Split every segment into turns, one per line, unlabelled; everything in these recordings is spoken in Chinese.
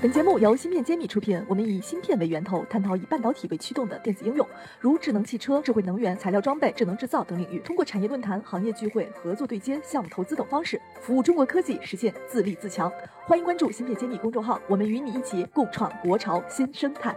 本节目由芯片揭秘出品，我们以芯片为源头，探讨以半导体为驱动的电子应用，如智能汽车、智慧能源、材料装备、智能制造等领域。通过产业论坛、行业聚会、合作对接、项目投资等方式，服务中国科技实现自立自强。欢迎关注“芯片揭秘”公众号，我们与你一起共创国潮新生态。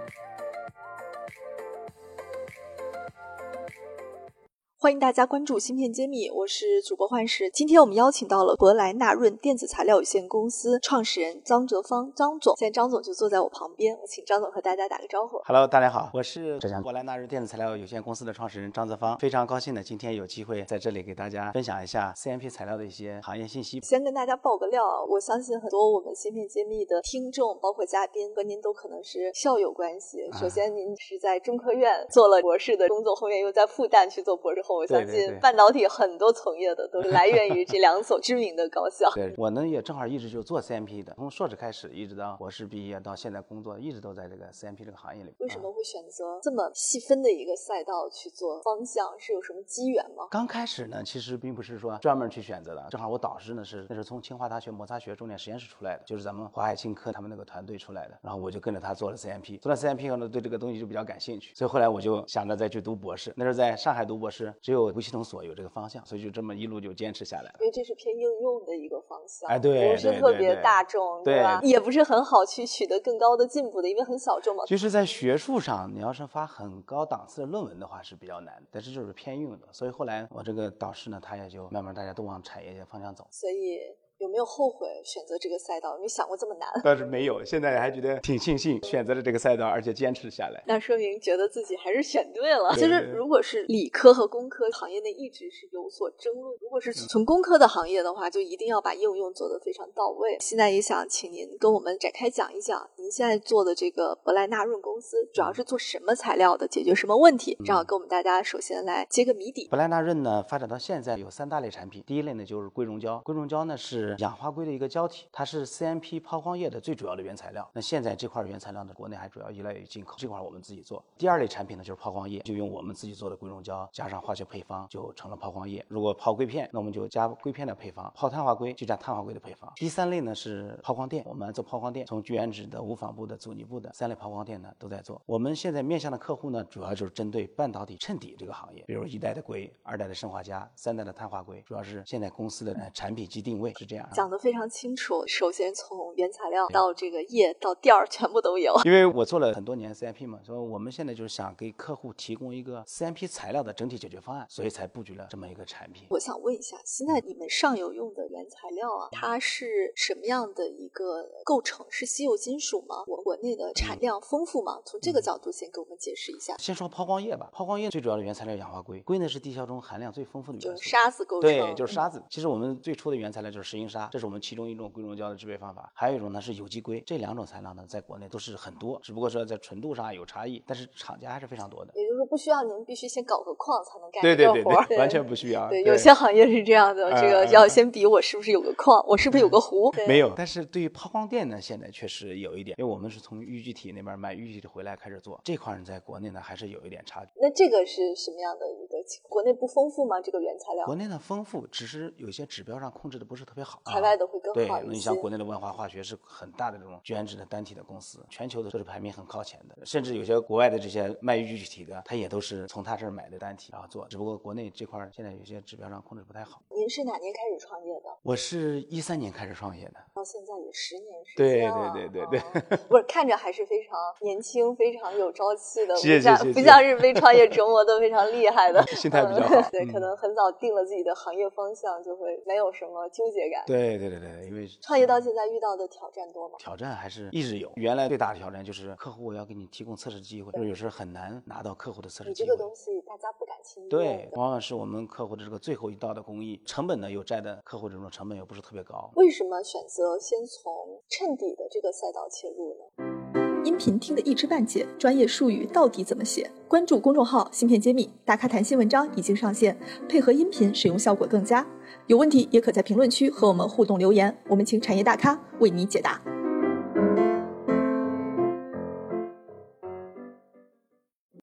欢迎大家关注芯片揭秘，我是主播幻视。今天我们邀请到了珀莱纳润电子材料有限公司创始人张哲芳张总，现在张总就坐在我旁边，我请张总和大家打个招呼。
Hello，大家好，我是
浙江
珀莱纳润电子材料有限公司的创始人张泽芳，非常高兴呢，今天有机会在这里给大家分享一下 CMP 材料的一些行业信息。
先跟大家爆个料，啊我相信很多我们芯片揭秘的听众，包括嘉宾，和您都可能是校友关系。
啊
首先，您是在中科院做了博士的工作，后面又在复旦去做博士后。我
对
相
对
信
对
半导体很多从业的都是来源于这两所知名的高校。
对我呢也正好一直就做 CMP 的，从硕士开始一直到博士毕业到现在工作，一直都在这个 CMP 这个行业里。
为什
啊
么会选择这么细分的一个赛道去做方向？是有什么机缘吗？
刚开始呢，其实并不是说专门去选择的，正好我导师呢是那是从清华大学摩擦学重点实验室出来的，就是咱们华海清科他们那个团队出来的，然后我就跟着他做了 CMP，做了 CMP 以后呢，对这个东西就比较感兴趣，所以后来我就想着再去读博士，那时候在上海读博士，只有微系统所有这个方向，所以就这么一路就坚持下来了。
因为这是偏应用的一个方向，
哎对
不是
对
特
对
别
对
大众，
对
吧？也不是很好去取得更高的进步的，因为很小众嘛。
就是在学术上，你要是发很高档次的论文的话是比较难的，但是就是偏应用的，所以后来我这个导师呢，他也就慢慢大家都往产业方向走。
所以有没有后悔选择这个赛道？有没有想过这么难？
倒是没有，现在还觉得挺庆幸选择了这个赛道，而且坚持下来。
那说明觉得自己还是选对了。
对
其
对
实，
对
如果是理科和工科行业内一直是有所争论，如果是纯工科的行业的话，就一定要把应用做得非常到位。现在也想请您跟我们展开讲一讲，您现在做的这个珀莱纳润公司主要是做什么材料的，解决什么问题？正好跟我们大家首先来揭个谜底。
珀莱纳润呢，发展到现在有三大类产品。第一类呢就是硅溶胶，硅溶胶呢是氧化硅的一个胶体，它是 CMP 抛光液的最主要的原材料。那现在这块原材料呢，国内还主要依赖于进口，这块我们自己做。第二类产品呢就是抛光液，就用我们自己做的硅溶胶加上化学配方就成了抛光液。如果抛硅片，那我们就加硅片的配方；抛碳化硅就加碳化硅的配方。第三类呢是抛光电，我们做抛光电，从聚原酯的、无纺布的、阻尼布的三类抛光电呢都在做。我们现在面向的客户呢，主要就是针对半导体衬底这个行业，比如一代的硅、二代的砷化镓、三代的碳化硅，主要是现在公司的呃产品及定位是这样啊。
讲得非常清楚，首先从原材料到这个液到垫儿全部都有。
因为我做了很多年 CMP 嘛，所以我们现在就是想给客户提供一个 CMP 材料的整体解决方案，所以才布局了这么一个产品。
我想问一下，现在你们上游用的原材料啊，它是什么样的一个构成？是稀有金属吗？我国内的
嗯
产量丰富吗？从这个角度先给我们解释一下，
先说抛光液吧，抛光液最主要的原材料氧化硅，硅呢是地壳中含量最丰富的
就
元
是
素。
沙子构成，
对，就是沙
嗯。
子。其实我们最初的原材料就是石英砂，这是我们其中一种硅溶胶的制备方法。还有一种呢是有机硅，这两种材料呢在国内都是很多，只不过说在纯度上有差异，但是厂家还是非常多的。
也就是说，不需要您必须先搞个矿才能干
对
这
对
个
对
活儿，
对，完全 不需要。
对，有些行业是这样的，
嗯
这个
嗯
要
嗯
先比我是不是有个矿，我是不是有个湖，对
没有，但是对于抛光电呢，现在确实有一点，因为我们是从预具体那边买预具体回来开始做，这块儿呢在国内呢还是有一点差距。
那这个是什么样的一个情？国内不丰富吗？这个原材料
国，内呢丰富，只是有些指标上控制的不是特别好。啊
海外的会更
对
好，一
你
些
像。国内的万华化学是很大的这种聚氨酯的单体的公司，全球的都是排名很靠前的，甚至有些国外的这些卖预具体的，它也都是从他这儿买的单体然后做，只不过国内这块儿现在有些指标上控制不太好。
您是哪年开始创业的？
我是一三年开始创业的，
到现在也十年时
对
间
对
了，
对对对
嗯不是看着还是非常年轻、非常有朝气的，
谢谢
不像
谢谢
不像是被创业折磨的非常厉害的，。
心态比较好
对，
嗯
可能很早定了自己的行业方向，就会没有什么纠结感。
对对对对，因为
创业到现在遇到的挑战多吗？
挑战还是一直有。原来最大的挑战就是客户要给你提供测试机会，就是有时候很难拿到客户的测试
你这
机
个
会。
东西大家不敢轻易
对，
用的
往往是我们客户的这个最后一道的工艺，成本呢又占的客户这种成本又不是特别高。
为什么选择先从衬底的这个赛道切入呢？
音频听得一知半解，专业术语到底怎么写？关注公众号“芯片揭秘”，大咖谈新文章已经上线，配合音频使用效果更佳。有问题也可在评论区和我们互动留言，我们请产业大咖为你解答。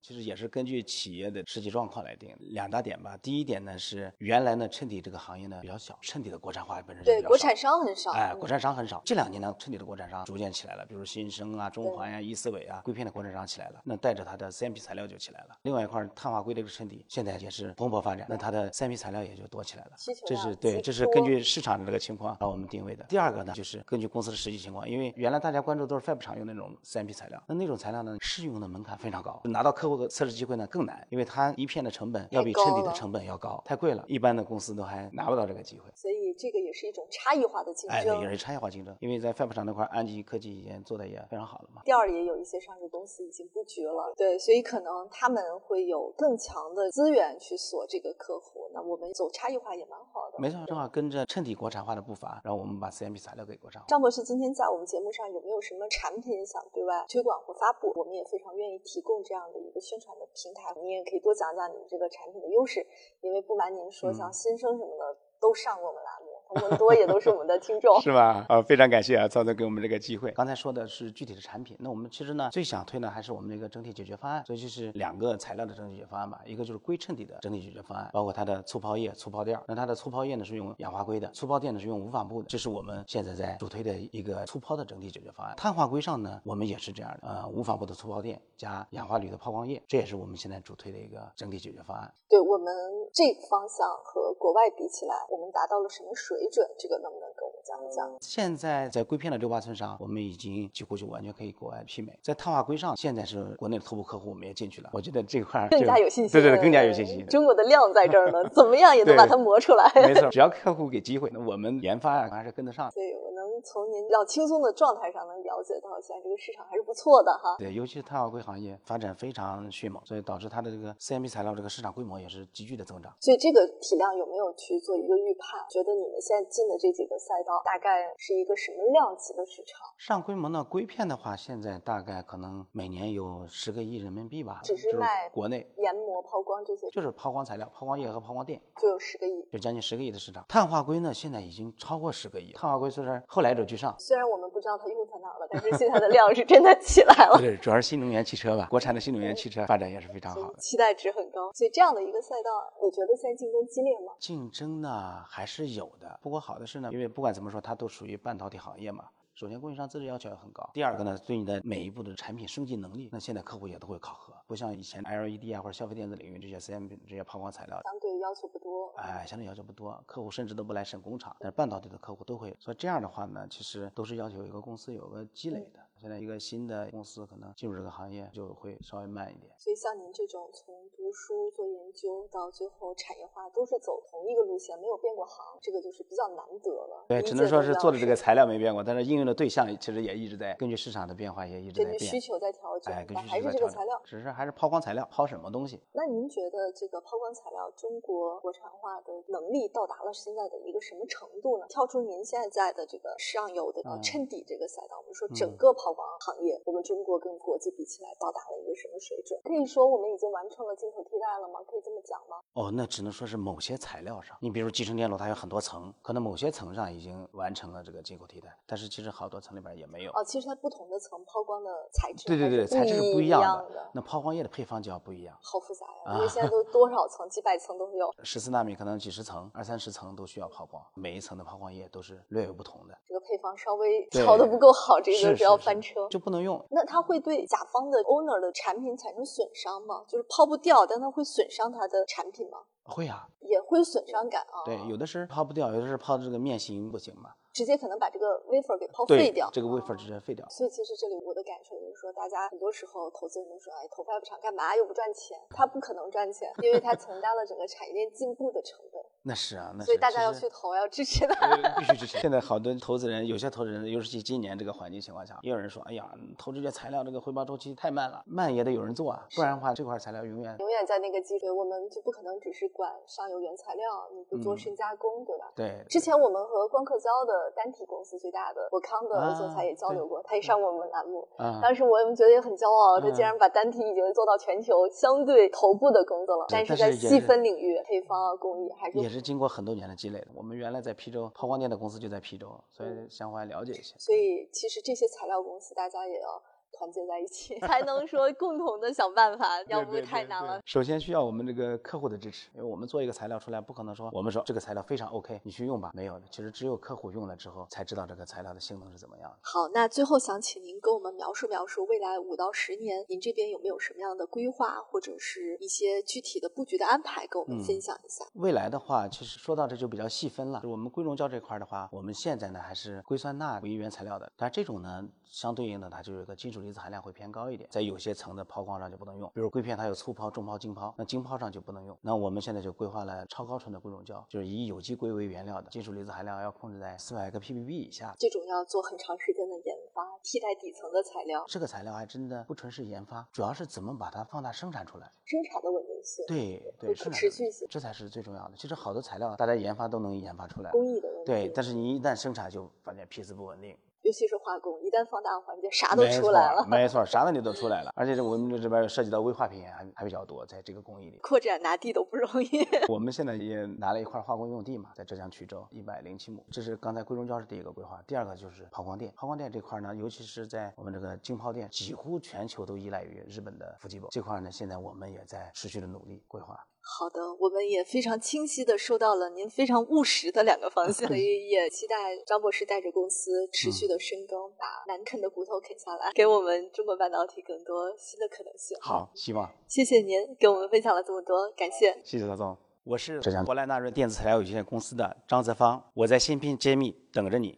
其实也是根据企业的实际状况来定的。两大点吧，第一点呢是原来呢衬底这个行业呢比较小，衬底的国产化本身就比
对，
较
国
少
产商很少。
哎，
嗯
国产商很少。这两年呢，彻底的国产商逐渐起来了，比如新生啊、中环呀、易思维啊、硅片的国产商起来了，那带着它的 3MP 材料就起来了。另外一块儿碳化硅这个衬底，现在也是蓬勃发展，那它的 3MP 材料也就多起来了。
需求
这
量
是
极
对，这是根
多
据市场的这个情况把我们定位的。第二个呢，就是根据公司的实际情况，因为原来大家关注都是 Fab 厂用那种 3MP 材料，那那种材料呢，试用的门槛非常高，拿到客户的测试机会呢更难，因为它一片的成本要
太
比
高
衬底的
了
成本要高，太贵了，一般的公司都还拿不到这个机会。
所以这个也是一种差异化的竞
哎，对，也
争。
是差异化竞争，因为在 Fab 厂那块儿，安吉科技已经做的也非常好了嘛。
第二，也有一些上市公司已经布局了，对，所以可能他们会有更强的资源去锁这个客户。那我们走差异化也蛮好的。
没错，正好跟着衬底国产化的步伐，然后我们把 CMP 材料给国产化。
张博士今天在我们节目上有没有什么产品想对外推广或发布？我们也非常愿意提供这样的一个宣传的平台。你也可以多讲讲你们这个产品的优势，因为不瞒您说，
嗯。
像新生什么的都上过我们栏目，他们多也都是我们的听众
是吧？啊，非常感谢啊，曹总给我们这个机会。刚才说的是具体的产品，那我们其实呢，最想推呢还是我们的一个整体解决方案，所以就是两个材料的整体解决方案吧，一个就是硅衬底的整体解决方案，包括它的粗抛液、粗抛垫儿。那它的粗抛液呢是用氧化硅的，粗抛垫呢是用无纺布的，这是我们现在在主推的一个粗抛的整体解决方案。碳化硅上呢，我们也是这样的，呃，无纺布的粗抛垫加氧化铝的抛光液，这也是我们现在主推的一个整体解决方案。
对我们这个方向和国外比起来，我们达到了什么水准？这个能不能跟我们讲一讲？
现在在硅片的六八寸上，我们已经几乎就完全可以国外媲美。在碳化硅上，现在是国内的头部客户，我们也进去了。我觉得这块儿
更
就
加有信心，
对对对，更加有信心。
中国的量在这 儿呢，怎么样也能把它
对
磨出来。
没 错，只要客户给机会，那我们研发啊还是跟得上。
对，我能从您要轻松的状态上能了解到，现在这个市场还是不错的哈。
对，尤其是碳化硅行业发展非常迅猛，所以导致它的这个 CMP 材料这个市场规模也是急剧的增长。
所以这个体量有没有去做一个预判？觉得你们现在进的这几个赛道大概是一个什么量级的市场？
市场规模呢，硅片的话，现在大概可能每年有十个亿人民币吧，
只
就是
卖
国内
研磨、抛光这些
就是抛光材料、抛光液和抛光垫。
就有十个亿。
就将近十个亿的市场。碳化硅呢，现在已经超过十个亿。碳化硅虽然后来者居上，
虽然我们不知道它用在哪儿了，但是现在的量是真的起来了。
对，主要是新能源汽车吧，国产的新能源汽车发展也是非常
所
好
以
的。
期待值很高，所以这样的一个赛道，你觉得现在竞争激烈吗？
竞争呢还是有的，不过好的是呢，因为不管怎么说，它都属于半导体行业嘛。首先，供应商资质要求也很高。第二个呢，对你的每一步的产品升级能力，那现在客户也都会考核，不像以前 LED 啊或者消费电子领域这些 CM 这些抛光材料，
相对要求不多，
哎，相对要求不多，客户甚至都不来审工厂，但是半导体的客户都会。所以这样的话呢，其实都是要求一个公司有个积累的。现在一个新的公司可能进入这个行业就会稍微慢一点。
所以像您这种从读书做研究到最后产业化，都是走同一个路线，没有变过行，这个就是比较难得了。
对，
理
只
解
能说
度
是
要
做的这个材料没变过，但是应用的对象其实也一直在根据市场的变化也一直
根
在
据
变
需。求在调整
哎，，根
但
据
还
需求
是这个
在调整
材料。
只是还是抛光材料，抛什么东西？
那您觉得这个抛光材料中国国产化的能力到达了现在的一个什么程度呢？跳出您现在在的这个上游的呃
嗯
衬底这个赛道，我们说整
嗯
个抛光行业，我们中国跟国际比起来到达了一个什么水准？可以说我们已经完成了进口替代了吗？可以这么讲吗？
哦，那只能说是某些材料上。你比如集成电路，它有很多层，可能某些层上已经完成了这个进口替代，但是其实好多层里边也没有。
哦，其实它不同的层抛光的材质
对对
还
对，材质是不
不
一
一
样
样
的。那抛光液的配方就要不一样，
好复杂呀，
啊
因为现在 都多少层，几百层都有。
十四纳米可能几十层、二三十层都需要抛光，每一层的抛光液都是略有不同的。
这个配方稍微
对
炒的不够好， 这
是
个
是
就要
是
翻车。
就不能用。
那它会对甲方的 owner 的产品产生损伤吗？就是抛不掉，但它会损伤它的产品吗？
会啊，
也会有损伤感啊。
对，有的是抛不掉，有的是抛这个面型不行嘛，
直接可能把这个 wafer 给抛
对
废掉。
这个 wafer
啊
直接废掉。
所以其实这里我的感受就是说，大家很多时候投资人都说，哎，投 fab 厂干嘛又不赚钱？它不可能赚钱，因为它 承担了整个产业链进步的成本。
那是啊，那是。
所以大家要
其
去
实
投，要支持它。
呃必须支持。现在好多投资人，有些投资人，尤其今年这个环境情况下，也有人说，哎呀，投这些材料这个回报周期太慢了，慢也得有人做啊，不然的话这块材料永远
永远在那个基础，我们就不可能只是管上游原材料，你不做
嗯
深加工，对吧？
对。
之前我们和光刻胶的单体公司最大的我康的
啊
总裁也交流过，
对
他也上过我们栏目。
啊，
当时我们觉得也很骄傲，这
嗯
竟然把单体已经做到全球相对头部的工作了，
对
但是
但
在
是也
细
是
分领域，配方啊、工艺还是
也是经过很多年的积累的。我们原来在邳州抛光电的公司就在邳州，所以
嗯
相关了解一些。
所以其实这些材料公司大家也要团结在一起， 才能说共同的想办法，要不太难了。
首先需要我们这个客户的支持，因为我们做一个材料出来，不可能说我们说这个材料非常 OK，你去用吧，没有的。其实只有客户用了之后，才知道这个材料的性能是怎么样的。
好，那最后想请您跟我们描述描述未来五到十年，您这边有没有什么样的规划，或者是一些具体的布局的安排，跟我们
嗯
分享一下？
未来的话，其实说到这就比较细分了。我们硅溶胶这块儿的话，我们现在呢还是硅酸钠为原材料的，但这种呢相对应的它就有一个金属离子含量会偏高一点，在有些层的抛光上就不能用，比如硅片它有粗抛、重抛、精抛，那精抛上就不能用。那我们现在就规划了超高纯的硅溶胶，就是以有机硅为原料的，金属离子含量要控制在四百个 ppb 以下。
这种要做很长时间的研发，替代底层的材料，
这个材料还真的不纯是研发，主要是怎么把它放大生产出来。
生产的稳定性，
对
有
对，
可
生产
持
出
续
来
性
这才是最重要的。其实好的材料大家研发都能研发出来，
工艺的问题，
对，但是你一旦生产就发现批次不稳定，
尤其是化工，一旦放大环节，啥都出来了。，
没错，没错，啥问题都出来了。而且这我们这边涉及到危化品还还比较多，在这个工艺里
扩展拿地都不容易，
我们现在也拿了一块化工用地嘛，在浙江衢州一百零七亩，这是刚才硅溶胶是第一个规划，第二个就是抛光电。抛光电这块呢，尤其是在我们这个晶抛电，几乎全球都依赖于日本的富基宝这块呢，现在我们也在持续的努力规划。
好的，我们也非常清晰的收到了您非常务实的两个方向，所以也期待张博士带着公司持续的深耕，把难啃的骨头啃下来，给我们中国半导体更多新的可能性。，
好，希望
谢谢您给我们分享了这么多，感谢。
谢谢赵总，我是浙江珀莱纳润电子材料有限公司的张泽芳，我在新品揭秘等着你。